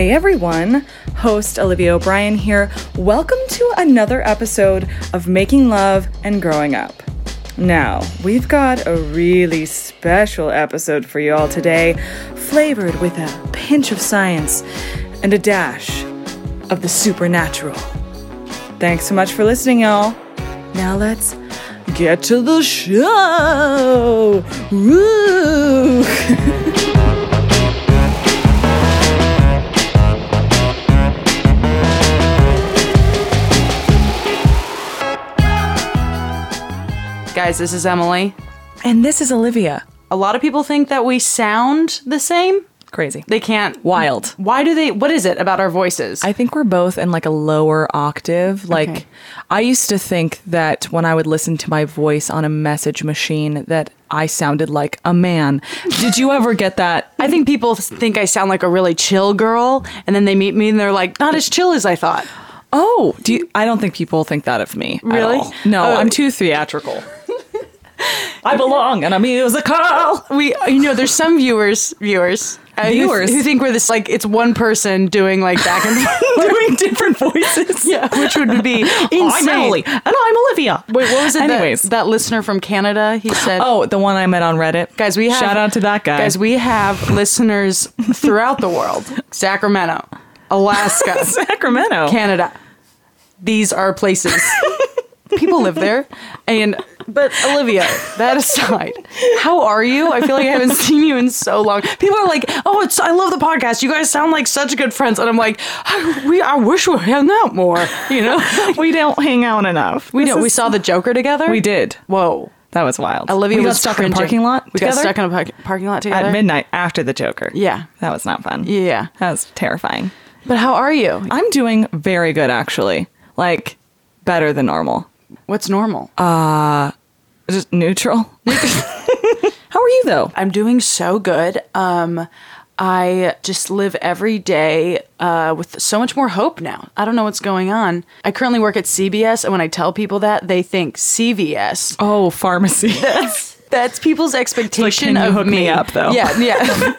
everyone. Host Olivia O'Brien here. Welcome to another episode of Making Love and Growing Up. Now, we've got a really special episode for you all today, flavored with a pinch of science and a dash of the supernatural. Thanks so much for listening, y'all. Now let's get to the show. Woo! Guys, this is Emily. And this is Olivia. A lot of people think that we sound the same. Crazy. They can't. Wild. Why do they? What is it about our voices? I think we're both in like a lower octave. Like Okay. I used to think that when I would listen to my voice on a message machine that I sounded like a man. Did you ever get that? I think people think I sound like a really chill girl, and then they meet me and they're like, not as chill as I thought. Oh, do you I don't think people think that of me. at Really? all. No, Oh. I'm too theatrical. I belong in a musical. We, you know, there's some viewers, viewers, uh, who- Viewers? who, think we're this like it's one person doing like back and forth. Doing different voices. Oh, Yeah, which would be insane. I'm Emily, and I'm Olivia. Wait, what was it? that- Anyways. that, listener from Canada, he said. Oh, the one I met on Reddit. Guys, we have shout out to that guy. Guys, we have listeners throughout the world: Sacramento, Alaska, Sacramento. Canada. These are places people live there. And but Olivia, that aside, how are you? I feel like I haven't seen you in so long. People are like, "Oh, it's I love the podcast. You guys sound like such good friends." And I'm like, I, "We I wish we hung out more." You know, we don't hang out enough. we This know we is- saw the Joker together. we did. Whoa. That was wild. Olivia we was got stuck in a cringing. parking lot. We together got stuck in a park- parking lot together at midnight after the Joker. Yeah. that was not fun. Yeah. that was terrifying. But how are you? I'm doing very good actually, like better than normal. Uh, What's normal? Just neutral. How are you though? I'm doing so good. Um, I just live every day uh, with so much more hope now. I don't know what's going on. I currently work at CBS, and when I tell people that, they think CVS. Oh, pharmacy. That's people's expectation can you of hook me up, though? Yeah, yeah,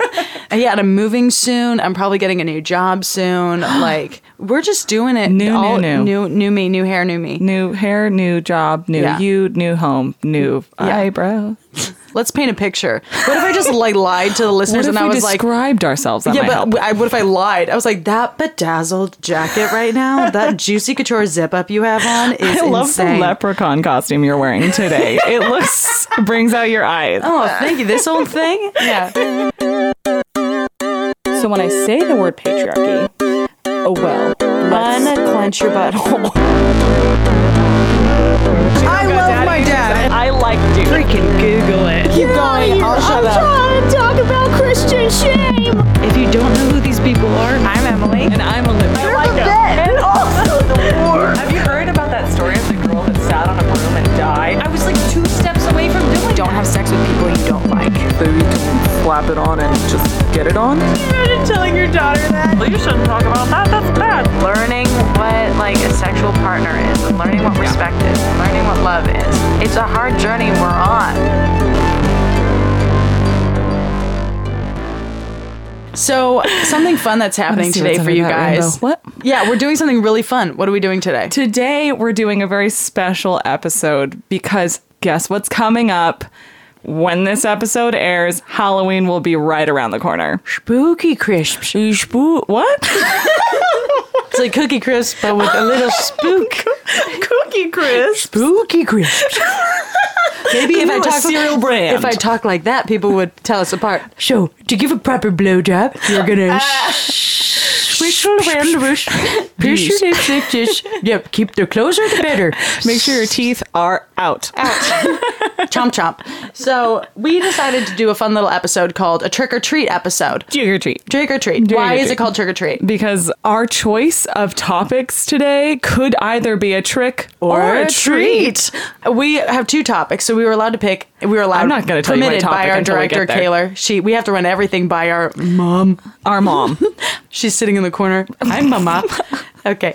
And yeah. And I'm moving soon. I'm probably getting a new job soon. Like we're just doing it. New, new, all, new. new, new me, new hair, new me. new hair, new job, new Yeah. you, new home, new Yeah. eyebrow. Let's paint a picture. What if I just like lied to the listeners What if and I we was like, described ourselves? That Yeah, might but help. w- I, what if I lied? I was like, that bedazzled jacket right now, that juicy couture zip up you have on is I love insane. the leprechaun costume you're wearing today. it looks brings out your eyes. Oh, thank you. This old thing? Yeah. So when I say the word patriarchy, oh well. Unclench your butthole. I love my dad. I like dude. Freaking Google it. Keep going. I'll shut up. trying to talk about Christian shame. If you don't know who these people are, I'm Emily. And I'm a liberal. And also the war. Have you heard about that story of the girl that sat on a broom and died? I was like two steps away from doing Don't have sex with people you don't like. Maybe you can slap it on and just get it on. Learning what like a sexual partner is, and learning what respect is, and learning what love is. It's a hard journey we're on. So, something fun that's happening see today what's for under you that guys. rainbow. What? Yeah, we're doing something really fun. What are we doing today? Today we're doing a very special episode because guess what's coming up? When this episode airs, Halloween will be right around the corner. Spooky crisps. Spook. What? It's like cookie crisp, but with a little spook. Cookie crisp. Spooky crisps. Maybe if I talk cereal brand. If I talk like that, people would tell us apart. Uh, So, to give a proper blowjob, you're gonna yep, keep the closer the better. Make sure your teeth are out. chomp chomp. So we decided to do a fun little episode called a trick or treat episode. Trick or treat. Trick or treat. Trick or Why is treat. it called trick or treat? because our choice of topics today could either be a trick or, We have two topics, so we were allowed to pick we were allowed. I'm not gonna tell you my permitted by topic our until we director get there. Kaylor. She we have to run everything by our mom. Our mom. She's sitting in the corner. I'm mama. okay,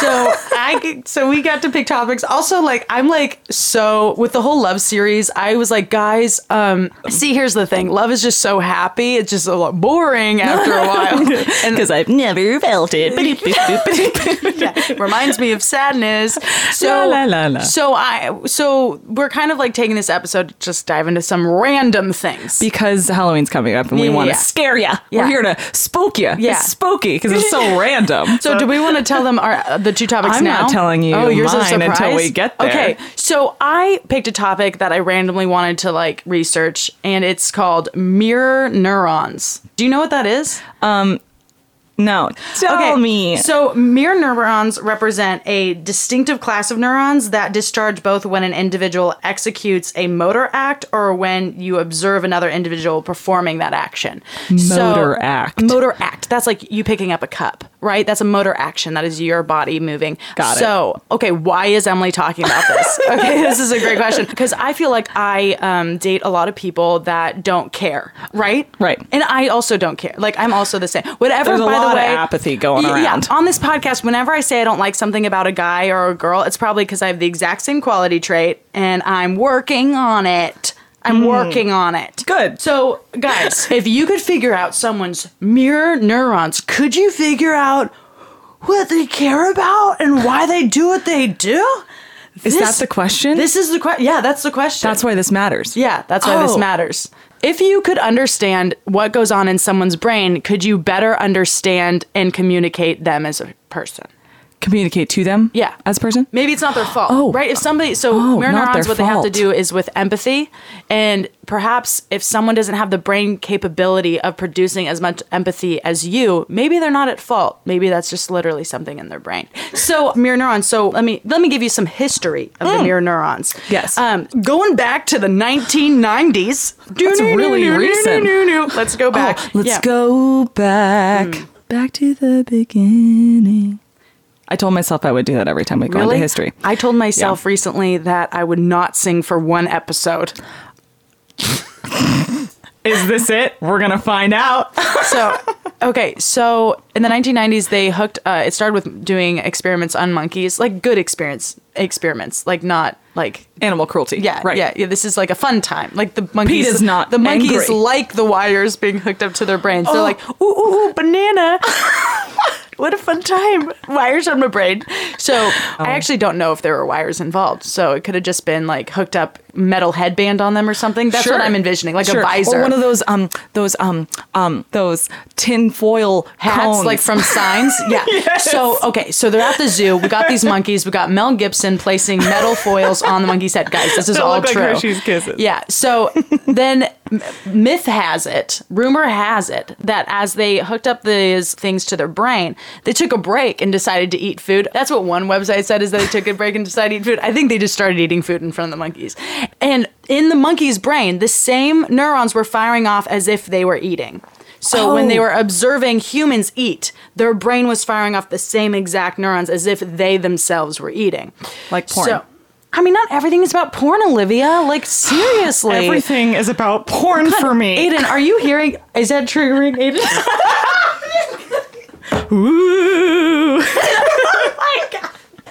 so I so we got to pick topics. Also, like I'm like so with the whole love series. I was like, guys, um, see, here's the thing. Love is just so happy. It's just a lot boring after a while. and Because I've never felt it. Boop, boop, boop, boop, boop. reminds me of sadness. So La, la, la, la. so I so we're kind of like taking this episode to just dive into some random things. because Halloween's coming up and we Yeah, want to yeah. scare ya. Yeah. We're here to spook ya. Yeah. It's spooky because it's so random. so do we want to tell them our uh, the two topics I'm now? not telling you Oh, yours is a mine until surprise. we get there. Okay. So I picked a topic that I randomly wanted to like research and it's called mirror neurons. Do you know what that is? No, tell me. So mirror neurons represent a distinctive class of neurons that discharge both when an individual executes a motor act or when you observe another individual performing that action. Motor act. Motor act. That's like you picking up a cup, right? That's a motor action. That is your body moving. Got it. So, okay, why is Emily talking about this? okay, this is a great question because I feel like I um, date a lot of people that don't care, right? Right. And I also don't care. Like I'm also the same. Whatever. There's a by lot the of way, apathy going Y- around. Yeah, on this podcast, whenever I say I don't like something about a guy or a girl, it's probably because I have the exact same quality trait, and I'm working on it. I'm working on it. Hmm. Good. So, guys, if you could figure out someone's mirror neurons, could you figure out what they care about and why they do what they do? is this- that the question? This is the question. Yeah, that's the question. That's why this matters. Yeah, that's why this Oh. matters. If you could understand what goes on in someone's brain, could you better understand and communicate them as a person? Communicate to them. Yeah. As a person. Maybe it's not their fault, Oh. right? If somebody, so Oh, mirror not neurons, their what they have to fault. do is with empathy, and perhaps if someone doesn't have the brain capability of producing as much empathy as you, maybe they're not at fault. Maybe that's just literally something in their brain. So mirror neurons. So let me let me give you some history of the mirror neurons. Mm. Yes. um, going back to the 1990s. That's really recent. Oh, Let's go back. Let's Yeah. Hmm. go back. Back to the beginning. I told myself I would do that every time we go into history. I told myself recently that I would not sing for one episode. Is this it? We're gonna find out. So, okay, so in the 1990s, they hooked. Uh, it started with doing experiments on monkeys, like good experience experiments, like not like Animal cruelty. yeah, Right. yeah, yeah. This is like a fun time. Like the monkeys is not the monkeys angry. Oh. like the wires being hooked up to their brains. They're like ooh ooh ooh banana. What a fun time! Wires on my brain. So Oh. I actually don't know if there were wires involved. So it could have just been like hooked up metal headband on them or something. That's Sure. what I'm envisioning, like Sure. a visor. Or one of those um those um um those tin foil hats cones. like from signs yeah so okay so they're at the zoo we got these monkeys we got mel gibson placing metal foils on the monkey's head guys this is all look like true Hershey's Kisses. yeah so then m- myth has it rumor has it that as they hooked up these things to their brain they took a break and decided to eat food that's what one website said is that they took a break and decided to eat food i think they just started eating food in front of the monkeys and in the monkey's brain the same neurons were firing off as if they were eating so when Oh. they were observing humans eat, their brain was firing off the same exact neurons as if they themselves were eating. Like porn. So, I mean, not everything is about porn, Olivia. Like seriously, Everything is about porn for me. Aiden, are you hearing? Is that triggering, Aiden? Ooh. Oh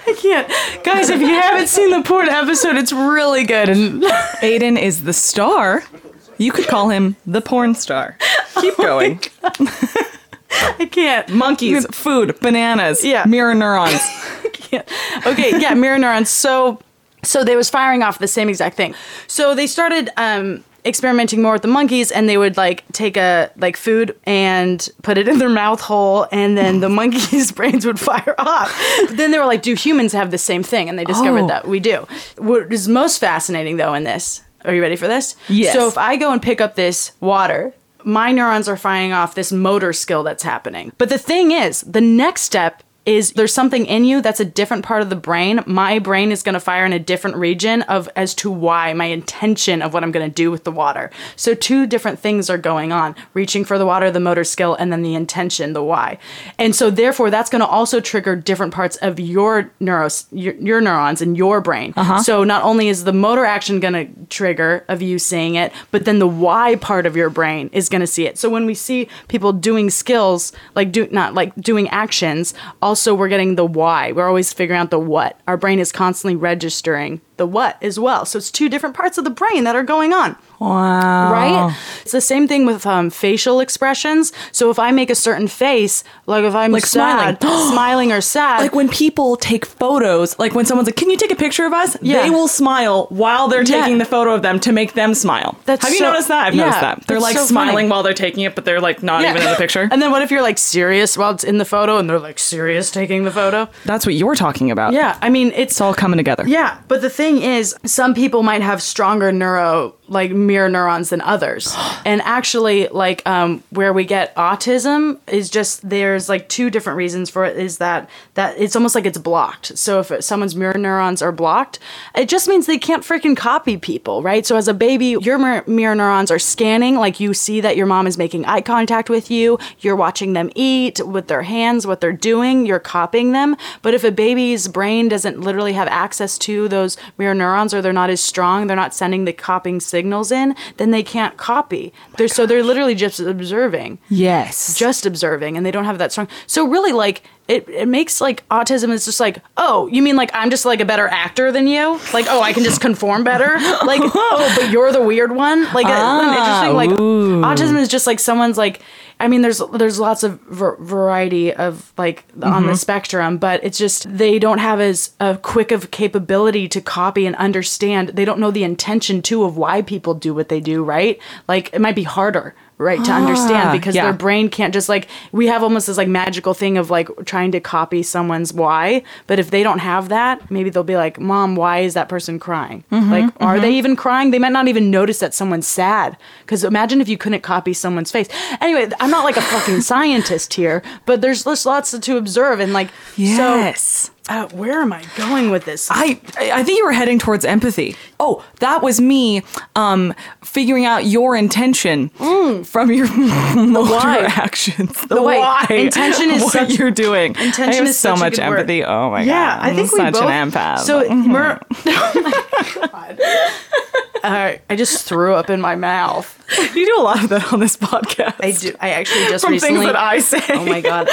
I can't, guys. If you haven't seen the porn episode, it's really good. And Aiden is the star. You could call him the porn star. Keep Oh going. I can't. Monkeys, food, bananas, Yeah. mirror neurons. okay, yeah, mirror neurons. So, so they was firing off the same exact thing. So they started um, experimenting more with the monkeys, and they would like take a like food and put it in their mouth hole, and then the monkeys' brains would fire off. then they were like, "Do humans have the same thing?" And they discovered Oh. that we do. What is most fascinating though in this? Are you ready for this? Yes. So if I go and pick up this water, my neurons are firing off this motor skill that's happening. But the thing is, the next step is there's something in you that's a different part of the brain. My brain is going to fire in a different region of as to why my intention of what I'm going to do with the water. So two different things are going on: reaching for the water, the motor skill, and then the intention, the why. And so therefore, that's going to also trigger different parts of your neuros, your, your neurons in your brain. Uh-huh. So not only is the motor action going to trigger of you seeing it, but then the why part of your brain is going to see it. So when we see people doing skills, like do not like doing actions, also we're getting the why. We're always figuring out the what. Our brain is constantly registering the what as well. So it's two different parts of the brain that are going on Wow. right? It's the same thing with um, facial expressions. So if I make a certain face, like if I'm Like sad, smiling. smiling or sad, Like when people take photos, like when someone's like, "Can you take a picture of us?" Yeah. They will smile while they're Yeah. taking the photo of them to make them smile. That's Have you so- noticed that? I've yeah, noticed that. They're that's like so smiling funny. while they're taking it, but they're like not Yeah. even in the picture. And then what if you're like serious while it's in the photo, and they're like serious taking the photo? That's what you're talking about. Yeah, I mean it's It's all coming together. Yeah, but the thing is, some people might have stronger neuro, like mirror neurons than others. And actually, like um, where we get autism is just there's like two different reasons for it. Is that that it's almost like it's blocked. So if someone's mirror neurons are blocked, it just means they can't freaking copy people, right? So as a baby, your mirror, mirror neurons are scanning. Like you see that your mom is making eye contact with you. You're watching them eat with their hands, what they're doing. You're copying them. But if a baby's brain doesn't literally have access to those mirror neurons or they're not as strong, they're not sending the copying signals in, then they can't copy. they're so they're literally just observing. Yes. Just observing and they don't have that strong. So really like it, it makes like autism is just like, oh, you mean like I'm just like a better actor than you? Like, oh, I can just conform better? Like, oh, but you're the weird one? Like, ah, interesting. Like, autism is just like someone's like, I mean, there's there's lots of ver- variety of like on the spectrum, but it's just they don't have as a quick of capability to copy and understand. They don't know the intention too of why people do what they do, right? Like it might be harder, right, to understand because yeah. their brain can't just like we have almost this like magical thing of like trying to copy someone's why, but if they don't have that, maybe they'll be like, "Mom, why is that person crying? like, are they even crying? They might not even notice that someone's sad." Because imagine if you couldn't copy someone's face. Anyway, I'm not like a fucking scientist here, but there's just lots to observe and like. Yes. So, uh, where am I going with this? I I think you were heading towards empathy. Oh, that was me um figuring out your intention from your motor why. actions. The, why. why. Intention is what such- you're doing. Intention I have is so such a much good word. empathy. Oh my yeah, god. I think I'm we such both. an empath. So mer- oh my god. Uh, I just threw up in my mouth. you do a lot of that on this podcast. I do. I actually just From recently. things that I say. oh my god.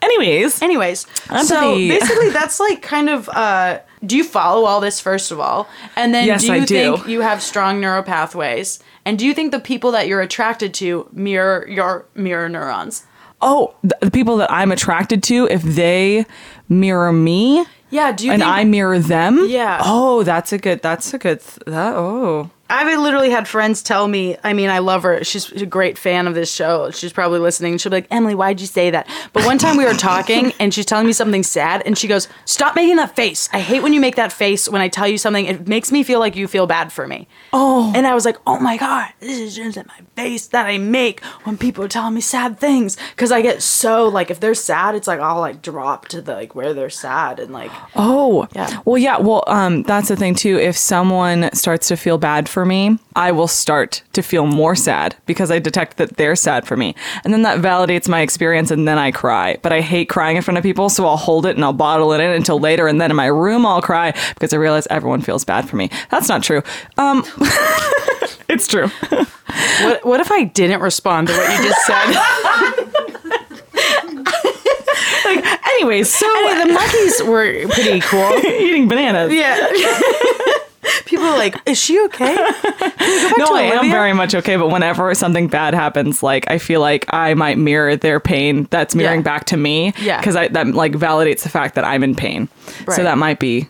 Anyways, Anyways, so Empathy. basically that's like kind of. Uh, do you follow all this first of all, and then Yes, do I you do. think you have strong neural pathways, and do you think the people that you're attracted to mirror your mirror neurons? oh, the, the people that I'm attracted to, if they mirror me Yeah. Do you? and think, I mirror them, Yeah. Oh, that's a good. That's a good. Th- that oh. I've literally had friends tell me, I mean, I love her. She's a great fan of this show. She's probably listening. She'll be like, Emily, why'd you say that? But one time we were talking and she's telling me something sad and she goes, Stop making that face. I hate when you make that face when I tell you something. It makes me feel like you feel bad for me. Oh. And I was like, Oh my God, this is just my face that I make when people tell me sad things. Cause I get so, like, if they're sad, it's like I'll like drop to the, like, where they're sad and like, Oh, Yeah. Well, yeah. Well, um, that's the thing too. If someone starts to feel bad for me, I will start to feel more sad because I detect that they're sad for me, and then that validates my experience, and then I cry. But I hate crying in front of people, so I'll hold it and I'll bottle it in until later, and then in my room I'll cry because I realize everyone feels bad for me. That's not true. Um, it's true. what, what if I didn't respond to what you just said? Anyways, so Anyway, the monkeys were pretty cool. eating bananas. Yeah. People are like, is she okay? no, to I am Olivia? very much okay. But whenever something bad happens, like I feel like I might mirror their pain. That's mirroring Yeah. back to me. Yeah. because that like validates the fact that I'm in pain. Right. So that might be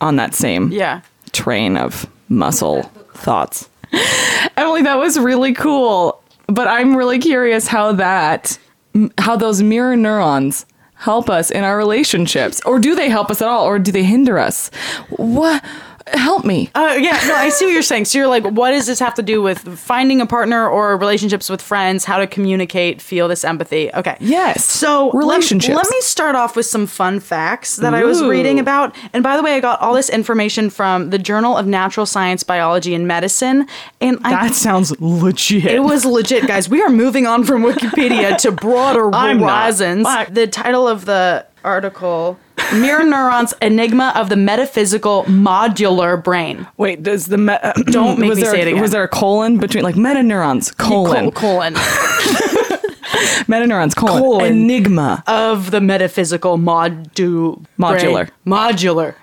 on that same Yeah. train of muscle thoughts. Emily, that was really cool. But I'm really curious how that, m- how those mirror neurons help us in our relationships, or do they help us at all, or do they hinder us? What? help me. Oh yeah, no, I see what you're saying. So you're like, what does this have to do with finding a partner or relationships with friends? How to communicate, feel this empathy? Okay. Yes. So lem- Relationships. Let, me start off with some fun facts that I was reading about. And by the way, I got all this information from the Journal of Natural Science, Biology, and Medicine. And I, That sounds legit. it was legit, guys. We are moving on from Wikipedia to broader I'm not. horizons. I- The title of the article. Mirror neurons enigma of the metaphysical modular brain. Wait, does the me- uh, Don't make was me there, say it again. Was there a colon between like meta neurons, colon, colon. meta neurons, colon, Oh, Colon. enigma? of the metaphysical modu Modular. brain. modular.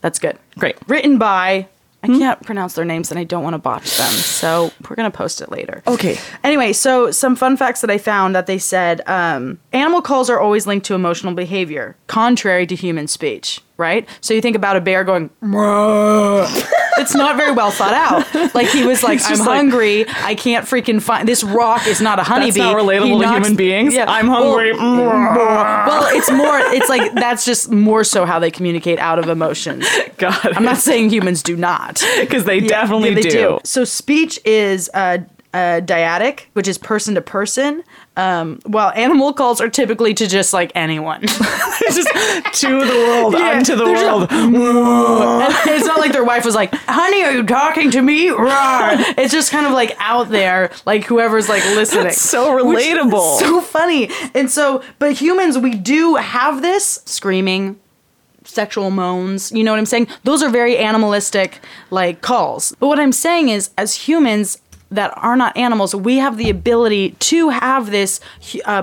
That's good. Great. Written by I Hmm? can't pronounce their names and I don't want to botch them, so we're gonna post it later. Okay. Anyway, so some fun facts that I found that they said um, animal calls are always linked to emotional behavior, contrary to human speech. Right. So you think about a bear going. "Meow." It's not very well thought out. Like he was like, I'm just like- hungry. I can't freaking find this rock is not a honeybee. That's not He relatable to knocks- human beings. Yeah. I'm Well, hungry. well, it's more. It's like that's just more so how they communicate out of emotions. God, I'm not saying humans do not. because they Yeah, definitely yeah, they do. So speech is uh, uh, dyadic, which is person to person, um, while animal calls are typically to just like anyone. It's just to the world, Yeah, unto the they're world. just- And it's not like their wife was like, "Honey, are you talking to me?" Roar. It's just kind of like out there, like whoever's like listening. so Which is relatable. so funny. And so, but humans, we do have this screaming, sexual moans. You know what I'm saying? Those are very animalistic, like calls. But what I'm saying is, as humans that are not animals, we have the ability to have this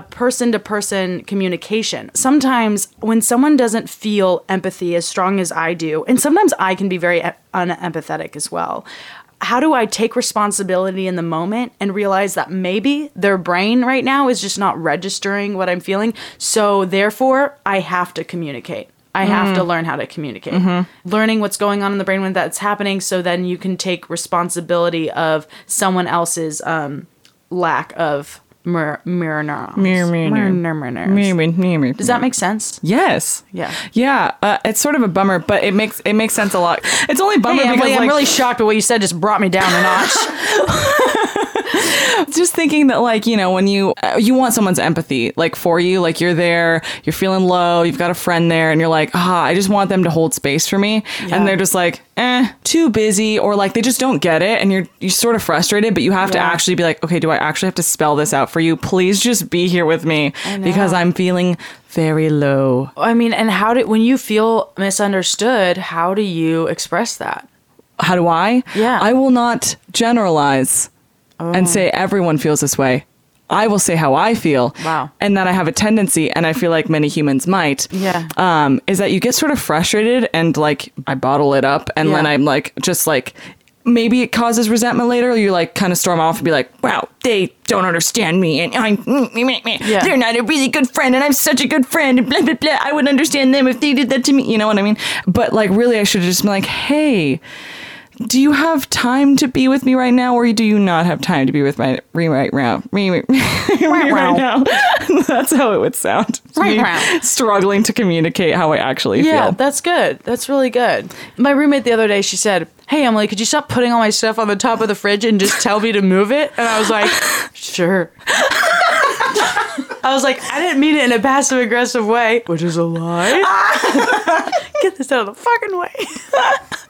person to person communication. Sometimes when someone doesn't feel empathy as strong as I do, and sometimes I can be very e- unempathetic as well how do I take responsibility in the moment and realize that maybe their brain right now is just not registering what I'm feeling? So, therefore, I have to communicate. I have Mm. to learn how to communicate. Mm-hmm. Learning what's going on in the brain when that's happening, so then you can take responsibility of someone else's um, lack of mirror, mirror neurons. Mirror, mirror, mirror, mirror. mirror neurons. Does Does that make sense? Yes. Yeah. Yeah. Uh, it's sort of a bummer, but it makes it makes sense a lot. It's only a bummer Hey, Emily, because I'm like, really shocked, but what you said just brought me down a notch. just thinking that like you know when you uh, you want someone's empathy like for you like you're there you're feeling low you've got a friend there and you're like ah i just want them to hold space for me Yeah. and they're just like eh too busy or like they just don't get it and you're you're sort of frustrated but you have to Yeah. actually be like okay do i actually have to spell this out for you please just be here with me because i'm feeling very low I mean, and how do when you feel misunderstood, how do you express that? how do I? Yeah. Oh. I will not generalize and say everyone feels this way. I will say how I feel. Wow. And that I have a tendency, and I feel like many humans might. Yeah. Um, is that you get sort of frustrated and like I bottle it up and then Yeah. I'm like just like maybe it causes resentment later or you like kind of storm off and be like wow they don't understand me and i'm mm, me, me, me. Yeah. they're not a really good friend and i'm such a good friend and blah blah blah i would understand them if they did that to me you know what i mean but like really i should have just been like hey do you have time to be with me right now, or do you not have time to be with my me right now? Me, me, me right now. That's how it would sound. It's Right me now. Struggling to communicate how I actually Yeah, feel. that's good. That's really good. My roommate the other day, she said, "Hey Emily, could you stop putting all my stuff on the top of the fridge and just tell me to move it?" And I was like, "Sure." I was like, "I didn't mean it in a passive aggressive way," which is a lie. Get this out of the fucking way.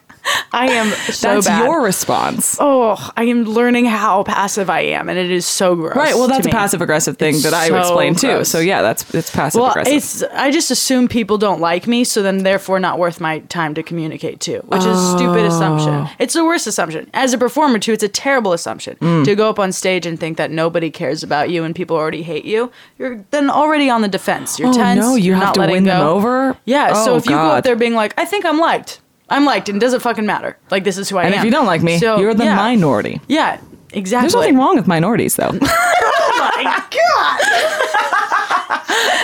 I am so that's bad. your response. oh, I am learning how passive I am, and it is so gross. right. Well, to that's a me. passive aggressive thing that I so explained too. gross. So yeah, that's it's passive Well, aggressive. it's I just assume people don't like me, so then therefore not worth my time to communicate to, which is a Oh. stupid assumption. It's the worst assumption. As a performer too, it's a terrible assumption Mm. to go up on stage and think that nobody cares about you and people already hate you. You're then already on the defense. You're Oh, tense. no, you you're have not to letting win them go. over? Yeah. so Oh, if you go up God. there being like, I think I'm liked. I'm liked, and it doesn't fucking matter. Like this is who I and am. if you don't like me, So, you're the yeah. minority. Yeah. Exactly. There's nothing wrong with minorities though.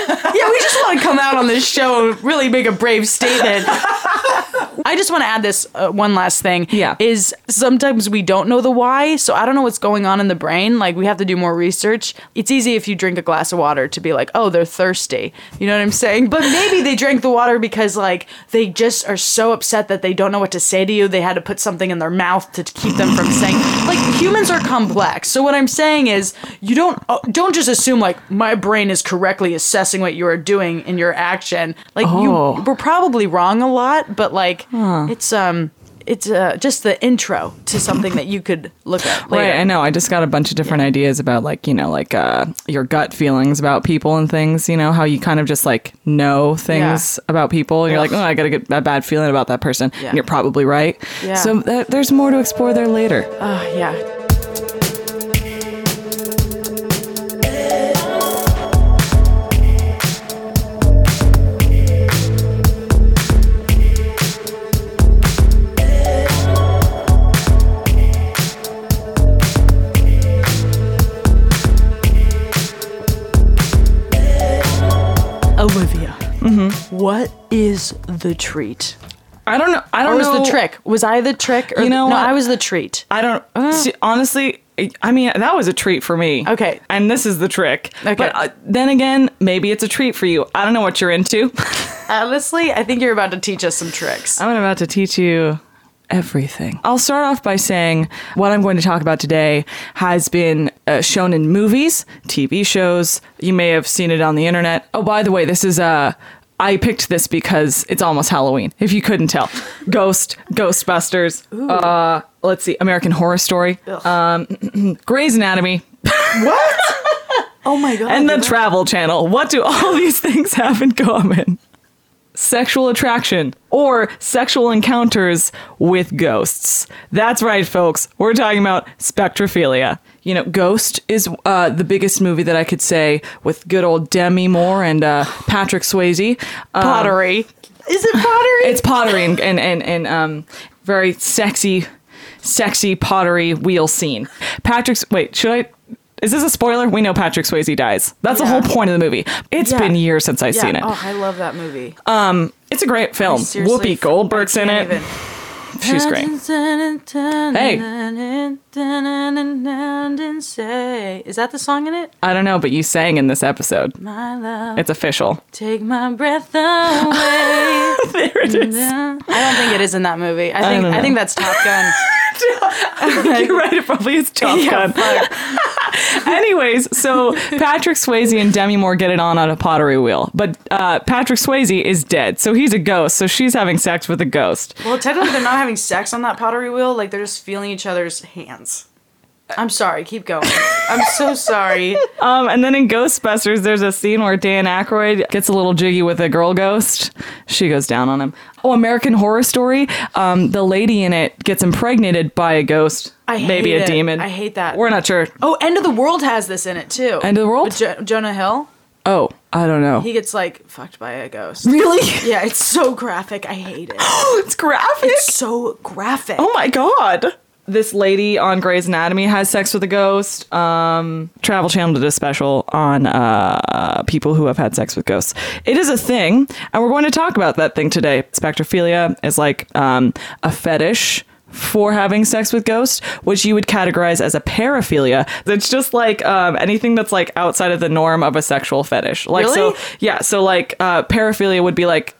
Yeah, we just want to come out on this show and really make a brave statement. I just want to add this uh, one last thing. Yeah. Is sometimes we don't know the why. So I don't know what's going on in the brain. Like we have to do more research. It's easy if you drink a glass of water to be like, oh, they're thirsty. You know what I'm saying? But maybe they drank the water because like they just are so upset that they don't know what to say to you. They had to put something in their mouth to keep them from saying. Like humans are complex. So what I'm saying is you don't uh, don't just assume like my brain is correctly assessing what you are doing in your action. Like Oh. you we're probably wrong a lot, but like it's um it's uh, just the intro to something that you could look at later. Right, I know. I just got a bunch of different ideas about like, you know, like uh your gut feelings about people and things, you know, how you kind of just like know things about people and you're like, "Oh, I got to get that bad feeling about that person." Yeah. And you're probably right. Yeah. So th- there's more to explore there later. Ah, yeah. Olivia, Mm-hmm. what is the treat? I don't know. I Or don't was know the trick? Was I the trick? Or You know no, what? I was the treat. I don't Uh. see, honestly. I- I mean, that was a treat for me. Okay. and this is the trick. Okay. but uh, then again, maybe it's a treat for you. I don't know what you're into. Honestly, I think you're about to teach us some tricks. I'm about to teach you everything. I'll start off by saying what I'm going to talk about today has been uh, shown in movies, TV shows. You may have seen it on the internet. Oh, by the way, this is Uh, I picked this because it's almost Halloween. If you couldn't tell, Ghost, Ghostbusters, uh, let's see, American Horror Story, um, Grey's Anatomy, Oh my god! and the Travel Channel. What do all these things have in common? Sexual attraction or sexual encounters with ghosts. That's right, folks. We're talking about spectrophilia. You know, Ghost is uh, the biggest movie that I could say with good old Demi Moore and uh, Patrick Swayze. Um, pottery. Is it pottery? It's pottery and and and, and um, very sexy, sexy pottery wheel scene. Patrick's wait, should I? Is this a spoiler? We know Patrick Swayze dies. That's Yeah. the whole point of the movie. It's Yeah. been years since I've yeah. seen it. Oh, I love that movie. It's a great film. Seriously, Whoopi Goldberg's I in it. can't even. She's great. Hey. Is that the song in it? I don't know, but you sang in this episode. My love, It's official. take my breath away. There it is. I don't think it is in that movie. I think don't I, know. think that's Top Gun. You're right. It probably is Top Gun. Anyways, so Patrick Swayze and Demi Moore get it on on a pottery wheel, but uh, Patrick Swayze is dead, so he's a ghost. So she's having sex with a ghost. Well, technically, they're not having sex on that pottery wheel. Like they're just feeling each other's hands. I'm sorry. Keep going. I'm so sorry. Um, and then in Ghostbusters, there's a scene where Dan Aykroyd gets a little jiggy with a girl ghost. She goes down on him. Oh, American Horror Story. Um, the lady in it gets impregnated by a ghost, I maybe hate a it. demon. I hate that. We're not sure. Oh, End of the World has this in it too. End of the World? With Jo- Jonah Hill. Oh, I don't know. He gets like fucked by a ghost. really? Yeah, it's so graphic. I hate it. it's graphic. It's so graphic. Oh my god. This lady on Grey's Anatomy has sex with a ghost. Um, Travel Channel did a special on uh, people who have had sex with ghosts. It is a thing, and we're going to talk about that thing today. Spectrophilia is like um, a fetish for having sex with ghosts, which you would categorize as a paraphilia. It's just like um, anything that's like outside of the norm of a sexual fetish. Like Really? so, yeah. So like uh, paraphilia would be like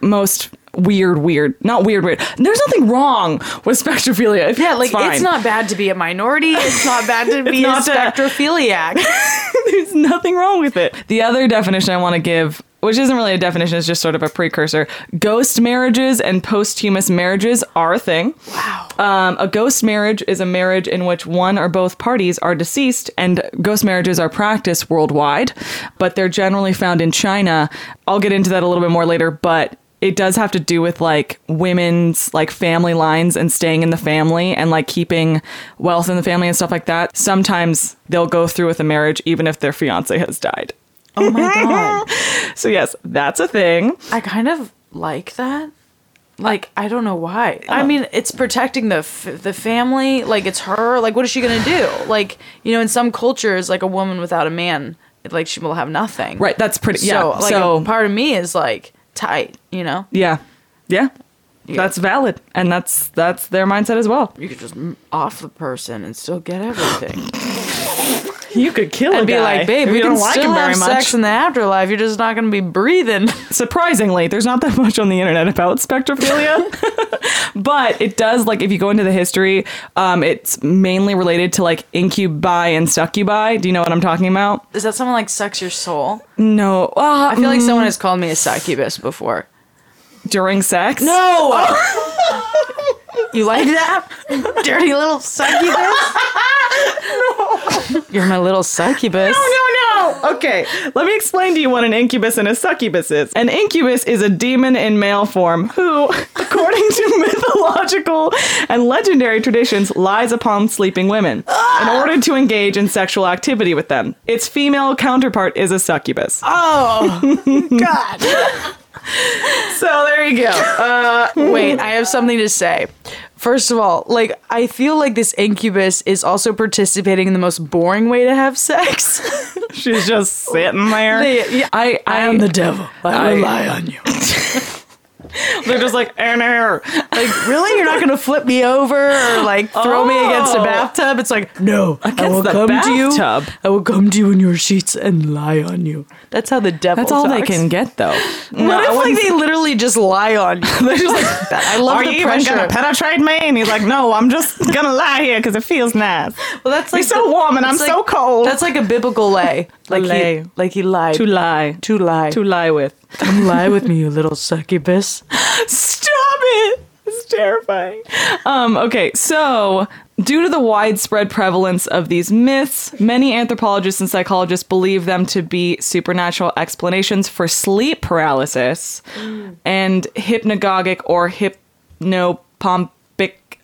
most weird, weird, not weird, weird. There's nothing wrong with spectrophilia. yeah, like it's, fine. it's not bad to be a minority. It's not bad to be a not a- spectrophiliac. There's nothing wrong with it. The other definition I want to give, which isn't really a definition, it's just sort of a precursor. Ghost marriages and posthumous marriages are a thing. Wow. Um, a ghost marriage is a marriage in which one or both parties are deceased, and ghost marriages are practiced worldwide, but they're generally found in China. I'll get into that a little bit more later, but it does have to do with like women's like family lines and staying in the family and like keeping wealth in the family and stuff like that. Sometimes they'll go through with a marriage even if their fiance has died. oh my god. So yes, that's a thing. I kind of like that. Like I don't know why. I mean, it's protecting the f- the family. Like it's her. Like what is she gonna do? Like you know, in some cultures, like a woman without a man, like she will have nothing. Right, that's pretty yeah. So like so a part of me is like tight. You know. yeah. Yeah. That's valid, and that's that's their mindset as well. You could just m- off the person and still get everything. You could kill and a be guy like, babe, if we you can don't like still him very have much. sex in the afterlife. You're just not going to be breathing. surprisingly, there's not that much on the internet about spectrophilia, but it does like if you go into the history, um, it's mainly related to like incubi and succubi. Do you know what I'm talking about? Is that someone like sucks your soul? No, uh, I feel like someone has called me a succubus before. during sex. No. Oh you like that? Dirty little succubus? You're my little succubus. no, no. Okay, let me explain to you what an incubus and a succubus is. An incubus is a demon in male form who, according to mythological and legendary traditions, lies upon sleeping women in order to engage in sexual activity with them. Its female counterpart is a succubus. Oh. So there you go. Uh, wait, I have something to say. First of all, like I feel like this incubus is also participating in the most boring way to have sex. She's just sitting there. They- yeah, I, I, am the devil. I, Rely on you. They're just like, and her. like, really? You're not gonna flip me over or like throw me against a Oh. bathtub? It's like No, I will the come bathtub. to you. I will come to you in your sheets and lie on you. that's how the devil. That's all they talks. can get, though. What What if like they literally just lie on you? They're just like, I love Are the you pressure. even gonna penetrate me? And he's like, No, I'm just gonna lie here because it feels nice. well, that's You're so warm and that's I'm so cold. That's like a biblical lay. Like Lay. he, like he lied. lie, to lie. lie with. Come lie with me, you little succubus. Stop it! It's terrifying. Um, okay, so due to the widespread prevalence of these myths, many anthropologists and psychologists believe them to be supernatural explanations for sleep paralysis and hypnagogic or hypnopompic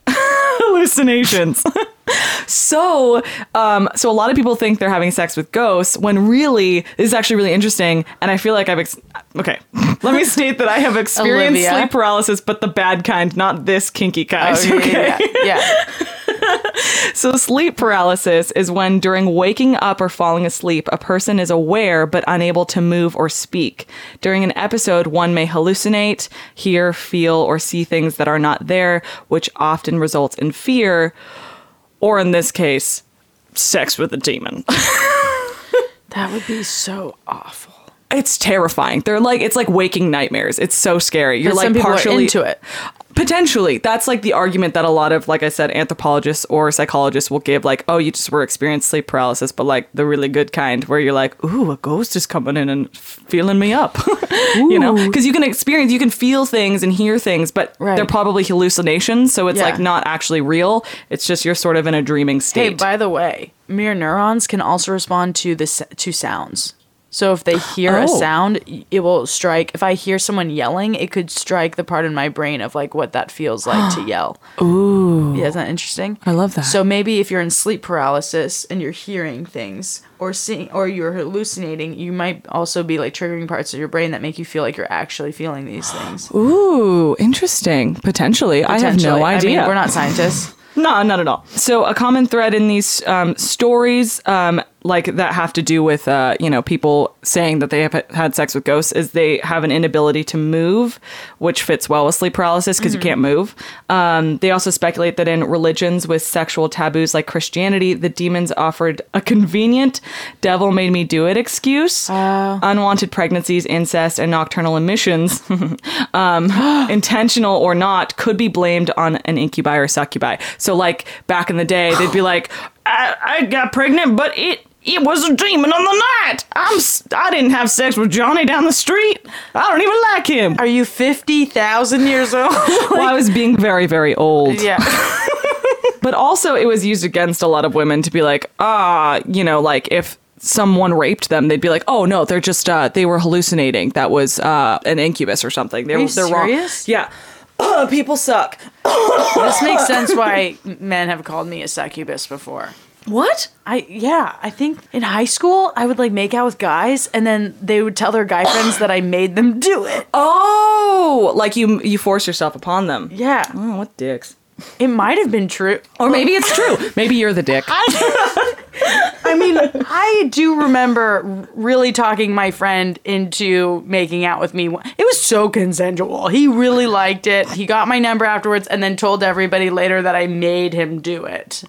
hallucinations. So, um, so a lot of people think they're having sex with ghosts when really this is actually really interesting. And I feel like I've ex- okay. Let me state that I have experienced Olivia. sleep paralysis, but the bad kind, not this kinky kind. Okay. Oh, Yeah, yeah. So, sleep paralysis is when during waking up or falling asleep, a person is aware but unable to move or speak. During an episode, one may hallucinate, hear, feel, or see things that are not there, which often results in fear, or in this case, sex with a demon. That would be so awful. it's terrifying. They're like it's like waking nightmares. It's so scary. You're But like some people are partially into it. Potentially, that's like the argument that a lot of, like I said, anthropologists or psychologists will give. Like, oh, you just were experienced sleep paralysis, but like the really good kind, where you're like, ooh, a ghost is coming in and feeling me up. you know, because you can experience, you can feel things and hear things, but Right. they're probably hallucinations. So it's Yeah. like not actually real. It's just you're sort of in a dreaming Hey, state. by the way, mirror neurons can also respond to the s- to sounds. So if they hear a Oh. sound, y- it will strike. If I hear someone yelling, it could strike the part in my brain of like what that feels like to yell. Ooh, yeah, isn't that interesting? I love that. So maybe if you're in sleep paralysis and you're hearing things or seeing or you're hallucinating, you might also be like triggering parts of your brain that make you feel like you're actually feeling these things. ooh, interesting. Potentially, I have Potentially. no I mean, idea. we're not scientists. No, not at all. So a common thread in these um, stories, um, like that, have to do with uh, you know people saying that they have had sex with ghosts, is they have an inability to move, which fits well with sleep paralysis because you can't move. Um, they also speculate that in religions with sexual taboos like Christianity, the demons offered a convenient "devil made me do it" excuse. Unwanted pregnancies, incest, and nocturnal emissions intentional or not, could be blamed on an incubi or succubi. So, like back in the day, they'd be like, I, I got pregnant, but it it was a demon on the night. I'm s- I didn't have sex with Johnny down the street. I don't even like him. Are you fifty thousand years old? well, I was being very very old. yeah. But also, it was used against a lot of women to be like, ah, you know, like if someone raped them, they'd be like, oh no, they're just uh, they were hallucinating. That was uh, an incubus or something. They're you they're serious? wrong. Yeah. people suck. This makes sense why men have called me a succubus before. What? I yeah, I think in high school I would like make out with guys and then they would tell their guy friends that I made them do it. Oh, like you you force yourself upon them. Yeah. Oh, what dicks. It might have been true. Or maybe it's true. Maybe you're the dick. I mean, I do remember really talking my friend into making out with me. It was so consensual. He really liked it. He got my number afterwards and then told everybody later that I made him do it.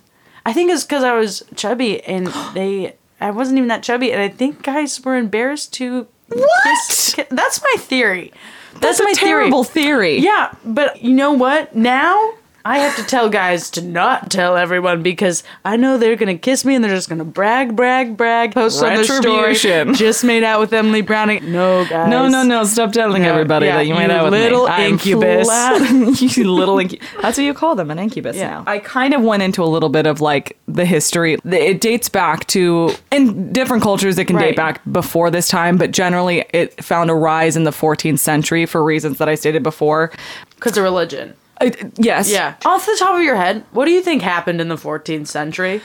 I think it's because I was chubby and they, I wasn't even that chubby, and I think guys were embarrassed to. What? that's my theory. That's, my theory. Terrible theory. Yeah, but you know what? Now I have to tell guys to not tell everyone because I know they're gonna kiss me and they're just gonna brag, brag, brag, post on their story. Retribution. Just made out with Emily Browning. No, guys. No, no, no! Stop telling No, everybody yeah, that you made you out with little me. I'm incubus. flat- you little incubus. That's what you call them, an incubus. Yeah. Now, I kind of went into a little bit of like the history. It dates back to in different cultures. It can Right. date back before this time, but generally, it found a rise in the 14th century for reasons that I stated before. Because of religion. I- yes. Yeah. Off the top of your head, what do you think happened in the 14th century?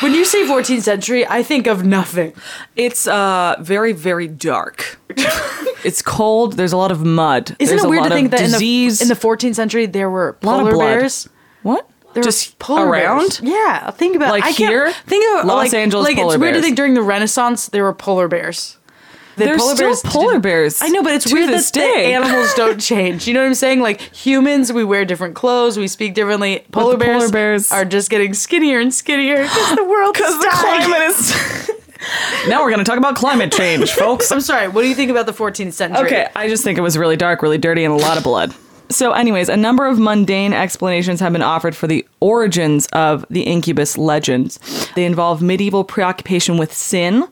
When you say 14th century, I think of nothing. It's uh very very dark. it's cold. There's a lot of mud. Isn't There's it a weird lot to think of that in the, disease. in the 14th century there were lot of polar blood. bears? what? There Just were polar around. bears. Yeah, think about Like I can't- here? Think of Los like, Angeles Like polar it's weird to bears. think during the Renaissance there were polar bears. The There's still polar didn't- bears I know, but it's to weird that this the day. animals don't change. You know what I'm saying? Like humans, we wear different clothes, we speak differently. Polar the polar bears, bears- are just getting skinnier and skinnier because the world because The climate is. now we're gonna talk about climate change, folks. I'm sorry. What do you think about the 14th century? Okay, I just think it was really dark, really dirty, and a lot of blood. So, anyways, a number of mundane explanations have been offered for the origins of the incubus legends. They involve medieval preoccupation with sin,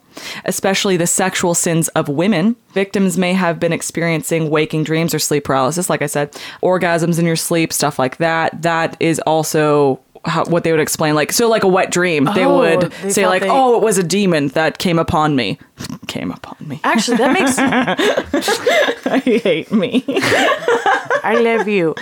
especially the sexual sins of women. Victims may have been experiencing waking dreams or sleep paralysis, like I said, orgasms in your sleep, stuff like that. That is also. How, what they would explain like so like a wet dream they Oh, would they say thought like they- oh it was a demon that came upon me came upon me Actually, that makes i hate me I love you.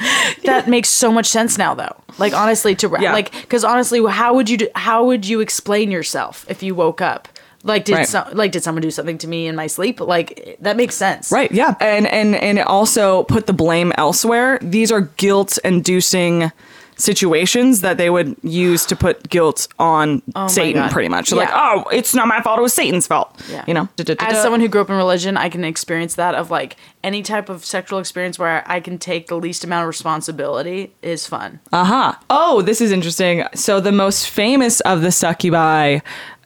That makes so much sense now, though. Like honestly, to ra- Yeah. like because honestly, how would you do, how would you explain yourself if you woke up? Like did Right. some, like did someone do something to me in my sleep? Like that makes sense, Right. Yeah. And and and also put the blame elsewhere. These are guilt-inducing situations that they would use to put guilt on Satan, Oh God. pretty much. Yeah. Like, oh, it's not my fault. It was Satan's fault. Yeah. You know. Da-da-da-da. As someone who grew up in religion, I can experience that of like any type of sexual experience where I can take the least amount of responsibility is fun. Aha. Oh, this is interesting. So the most famous of the succubi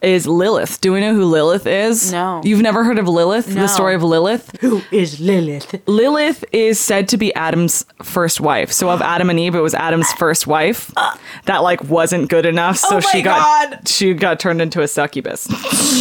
is Lilith. Do we know who Lilith is? No. You've never heard of Lilith? No. The story of Lilith? Who is Lilith? Lilith is said to be Adam's first wife. So of Adam and Eve, it was Adam's first wife that like wasn't good enough, so Oh my she got she got turned into a succubus.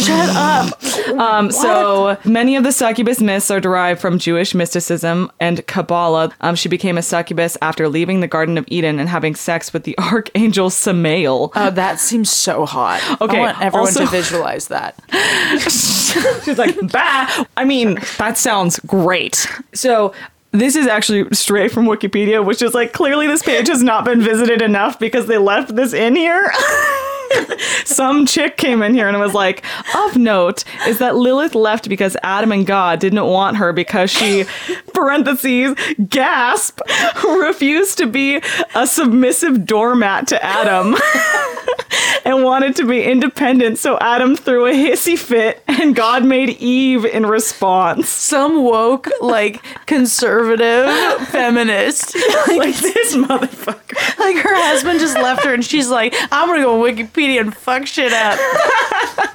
Shut up. Um, so many of the succubus myths are derived from Jewish mysticism and Kabbalah. Um, she became a succubus after leaving the Garden of Eden and having sex with the archangel Samael. Oh, that seems so hot. Okay, I want everyone also- to visualize that. She's like, bah. I mean, that sounds great. So this is actually straight from Wikipedia, which is like clearly this page has not been visited enough because they left this in here. Some chick came in here and was like, of note is that Lilith left because Adam and God didn't want her because she, parentheses, gasp, refused to be a submissive doormat to Adam and wanted to be independent, so Adam threw a hissy fit and God made Eve in response. some woke like conservative feminist like, This motherfucker. like, her husband just left her and she's like i'm gonna go on wikipedia and fuck shit up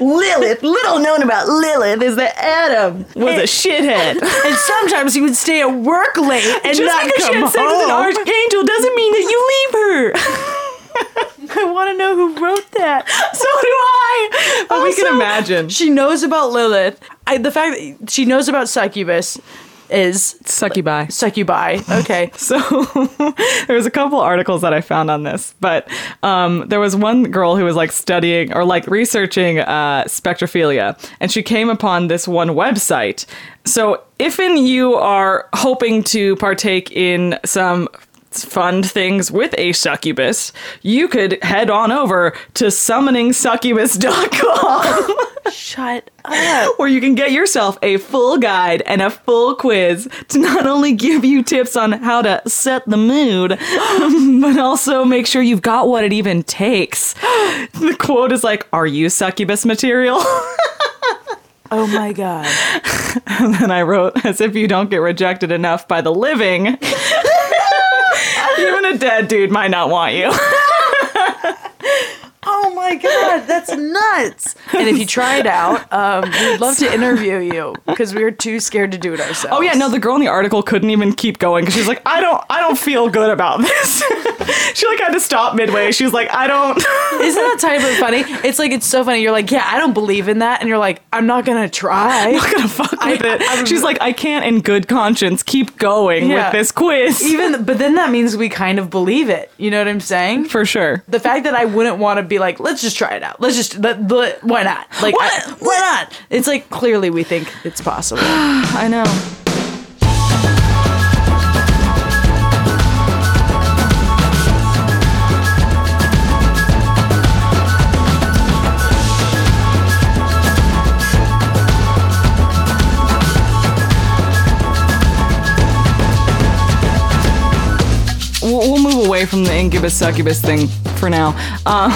Lilith, little known about Lilith is that Adam was a shithead. and sometimes he would stay at work late and Just not because come she had home sex with an archangel doesn't mean that you leave her. i want to know who wrote that So do I. But we can Also, imagine. she knows about lilith I, the fact that she knows about succubus is Succubi. succubi okay So there was a couple articles that I found on this, but um, there was one girl who was like studying or like researching uh, spectrophilia, and she came upon this one website. So if in you are hoping to partake in some fund things with a succubus, you could head on over to summoningsuccubus.com. Shut up. where you can get yourself a full guide and a full quiz to not only give you tips on how to set the mood, but also make sure you've got what it even takes. The quote is like, Are you succubus material? Oh my god. And I wrote, As if you don't get rejected enough by the living, even a dead dude might not want you. Oh my god, that's nuts. And if you try it out, um, we'd love to interview you because we were too scared to do it ourselves. Oh yeah, no, the girl in the article couldn't even keep going because she's like, I don't, I don't feel good about this. she like had to stop midway. She was like, I don't. Isn't that type of funny? It's like it's so funny. You're like, yeah, I don't believe in that, and you're like, I'm not gonna try. not gonna fuck with it. She's like, I can't in good conscience keep going Yeah. with this quiz. Even, but then that means we kind of believe it. You know what I'm saying? for sure. The fact that I wouldn't want to be like, let's just try it out. Let's just, let, let- why not? Like, I- why not? It's like clearly we think it's possible. I know. We'll we'll move away from the incubus succubus thing for now. Uh,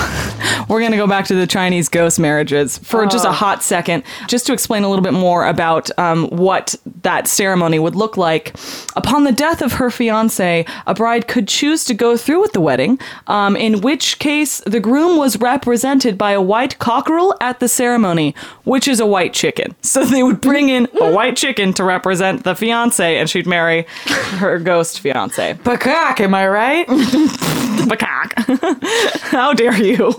we're going to go back to the Chinese ghost marriages for just a hot second, just to explain a little bit more about um, what that ceremony would look like. Upon the death of her fiance, a bride could choose to go through with the wedding, um, in which case the groom was represented by a white cockerel at the ceremony, which is a white chicken. So they would bring in a white chicken to represent the fiance, and she'd marry her ghost fiance. Pakak, am I right? Macaque. How dare you?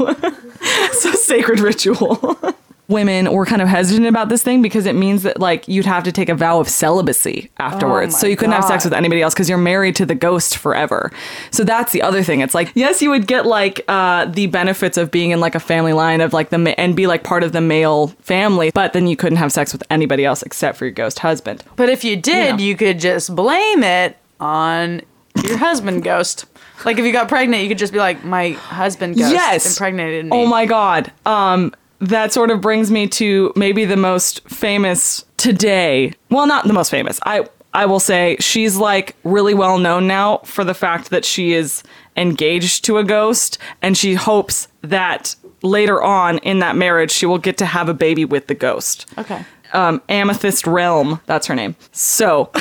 it's a sacred ritual. Women were kind of hesitant about this thing because it means that like you'd have to take a vow of celibacy afterwards. Oh my so you couldn't have sex God. with anybody else because you're married to the ghost forever. So that's the other thing. It's like yes, you would get like uh, the benefits of being in like a family line of like the ma- and be like part of the male family, but then you couldn't have sex with anybody else except for your ghost husband. But if you did, you could just blame it on your husband ghost. Like if you got pregnant, you could just be like, my husband ghost Yes. impregnated me. Oh my god. Um that sort of brings me to maybe the most famous today. Well, not the most famous. I I will say she's like really well known now for the fact that she is engaged to a ghost and she hopes that later on in that marriage she will get to have a baby with the ghost. Okay. Um, Amethyst Realm, that's her name. So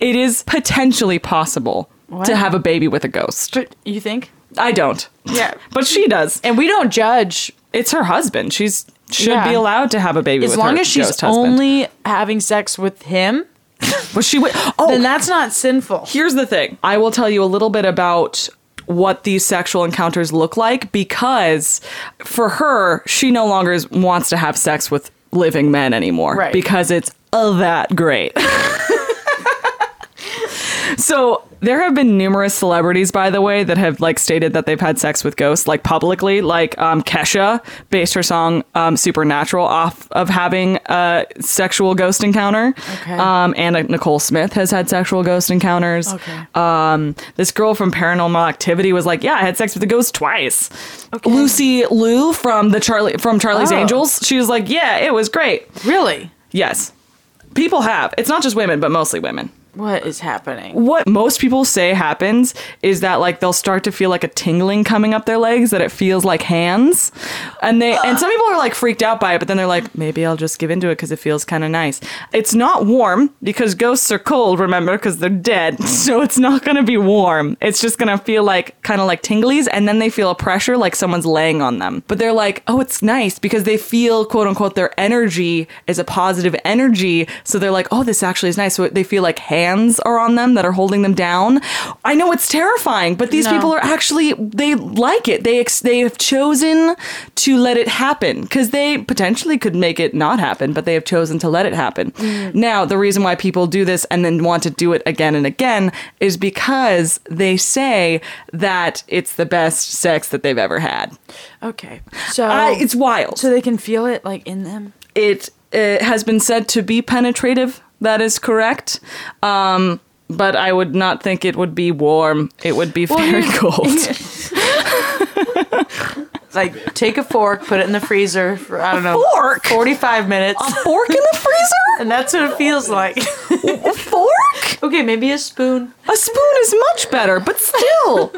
it is potentially possible to have a baby with a ghost. But you think? I don't. Yeah. But she does And we don't judge it's her husband. She's should Yeah. be allowed to have a baby as with long her as she's ghost husband. only having sex with him. But she would. Oh, Then that's not sinful. here's the thing. I will tell you a little bit about what these sexual encounters look like because for her, she no longer is- wants to have sex with living men anymore Right. because it's uh, that great. So there have been numerous celebrities, by the way, that have like stated that they've had sex with ghosts, like publicly. Like um, Kesha based her song um, "Supernatural" off of having a sexual ghost encounter. Okay. Um, and uh, Nicole Smith has had sexual ghost encounters. Okay. Um, this girl from Paranormal Activity was like, "Yeah, I had sex with a ghost twice." Lucy Liu from the Charlie from Charlie's Oh. Angels. She was like, "Yeah, it was great." Really? Yes, people have. It's not just women, but mostly women What is happening? what most people say happens is that like they'll start to feel like a tingling coming up their legs that it feels like hands and they and some people are like freaked out by it but then they're like maybe i'll just give into it because it feels kind of nice it's not warm because ghosts are cold remember because they're dead so it's not going to be warm it's just going to feel like kind of like tinglies and then they feel a pressure like someone's laying on them but they're like oh it's nice because they feel quote unquote their energy is a positive energy so they're like oh this actually is nice so they feel like hands are on them that are holding them down i know it's terrifying but these No. people are actually they like it they ex- they have chosen to let it happen cuz they potentially could make it not happen but they have chosen to let it happen now the reason why people do this and then want to do it again and again is because they say that it's the best sex that they've ever had Okay. So I, it's wild so they can feel it like in them. it, it has been said to be penetrative. That is correct. Um, but I would not think it would be warm. It would be very cold. Like, take a fork, put it in the freezer for, I don't know, fork? 45 minutes. Fork in the freezer? And that's what it feels like. A fork? okay, maybe a spoon. A spoon is much better, but still,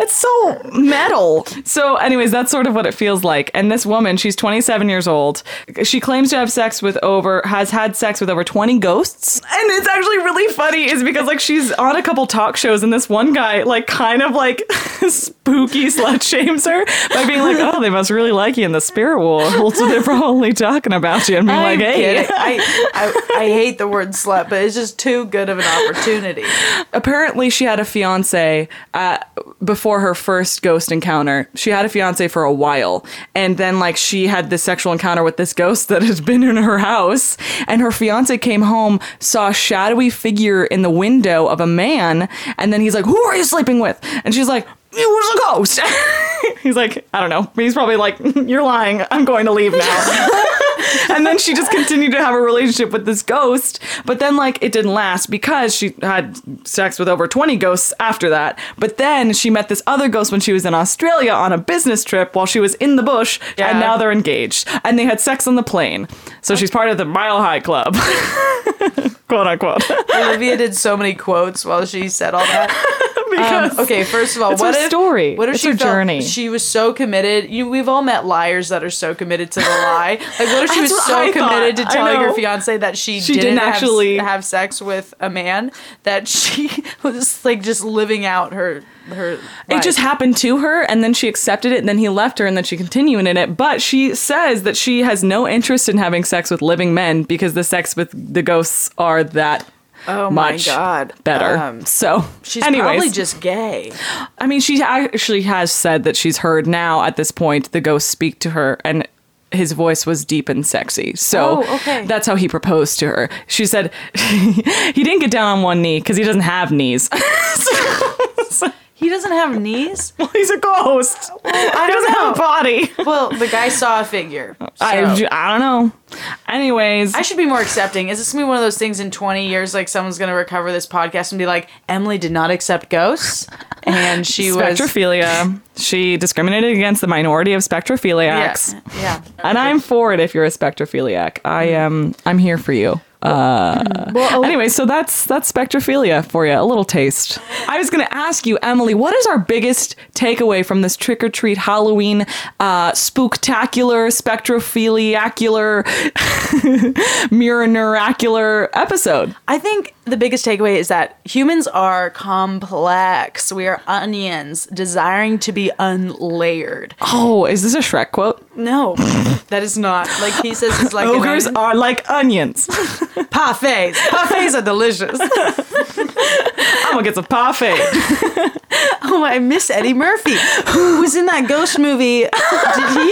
it's so metal. So, anyways, that's sort of what it feels like. And this woman, she's 27 years old. She claims to have sex with over, has had sex with over 20 ghosts. And it's actually really funny, is because like she's on a couple talk shows, and this one guy, like, kind of like spooky slut shames her by being like, oh, they must really like you in the spirit world. So they're probably talking about you and being like, hey, Get it? I, I, I hate the word slut, but it's just too good of an opportunity. apparently she had a fiance uh, before her first ghost encounter she had a fiance for a while and then like she had this sexual encounter with this ghost that had been in her house and her fiance came home saw a shadowy figure in the window of a man and then he's like who are you sleeping with and she's like it was a ghost he's like i don't know he's probably like you're lying i'm going to leave now and then she just continued to have a relationship with this ghost. But then, like, it didn't last because she had sex with over 20 ghosts after that. But then she met this other ghost when she was in Australia on a business trip while she was in the bush, and now they're engaged. And they had sex on the plane. So she's part of the Mile High Club. Quote unquote. Olivia did so many quotes while she said all that. Um, because okay, first of all, It's what her if, story. What if It's she her felt journey. She was so committed. You, we've all met liars that are so committed to the lie. Like, what if she was That's what so I thought. committed to I telling her know. fiance that she, She didn't, didn't actually- actually have, sex with a man that she was like just living out her her. It just happened to her, and then she accepted it, and then he left her, and then she continued in it. But she says that she has no interest in having sex with living men because the sex with the ghosts are that oh my much God. better. Um, so She's anyways, probably just gay. I mean, she actually has said that she's heard now at this point the ghost speak to her and. His voice was deep and sexy. So Oh, okay. that's how he proposed to her. She said he didn't get down on one knee because he doesn't have knees. He doesn't have knees. well, he's a ghost. Oh, I he doesn't have a body. Well, the guy saw a figure. I, so- I don't know. Anyways, I should be more accepting. Is this gonna be one of those things in 20 years, like someone's gonna recover this podcast and be like, Emily did not accept ghosts, and she was spectrophilia. she discriminated against the minority of yeah, spectrophiliacs, yeah. and I'm for it if you're a spectrophiliac. I am. I'm here for you. Uh, anyway, so that's that's spectrophilia for you. A little taste. I was going to ask you, Emily, what is our biggest takeaway from this trick or treat Halloween uh, spooktacular, spectrophiliacular, mirror neuracular episode? I think the biggest takeaway is that humans are complex. We are onions, desiring to be unlayered. Oh, is this a Shrek quote? No, that is not like he says. It's like an Ogres onion. are like onions. parfaits. Parfaits are delicious. I'm gonna get some parfait. Oh, I miss Eddie Murphy, who was in that ghost movie. Did he?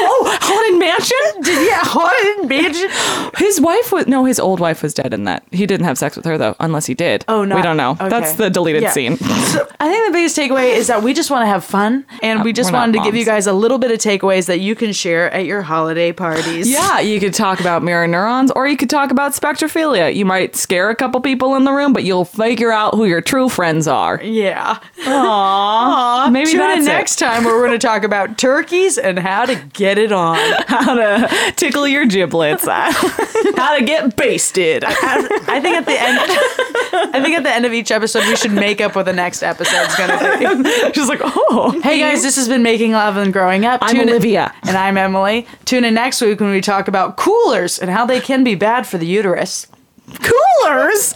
oh, Haunted Mansion? Did he? Haunted Mansion. His wife was no, his old wife was dead in that. He didn't have sex with her though, unless he did. Oh, no. we don't know. That's the deleted scene. so I think the biggest takeaway is that we just want to have fun, and we just Uh, we're not wanted to give moms. you guys a little bit of takeaways that you can share at your holiday parties. Yeah, you could talk about mirror neurons, or you could talk about spectrophilia. You might scare a couple people in the room, but you'll figure out who your true friends are. Yeah. Maybe Tune that's in it. next time where we're going to talk about turkeys and how to get it on. How to tickle your giblets. How to get basted. I think at the end, I think at the end of each episode, we should make up what the next episode's going to be. She's like, oh. Hey guys, this has been Making Love and Growing Up. I'm Tune in- Olivia. and I'm Emily. Tune in next week when we talk about coolers and how they can be bad for the uterus. coolers.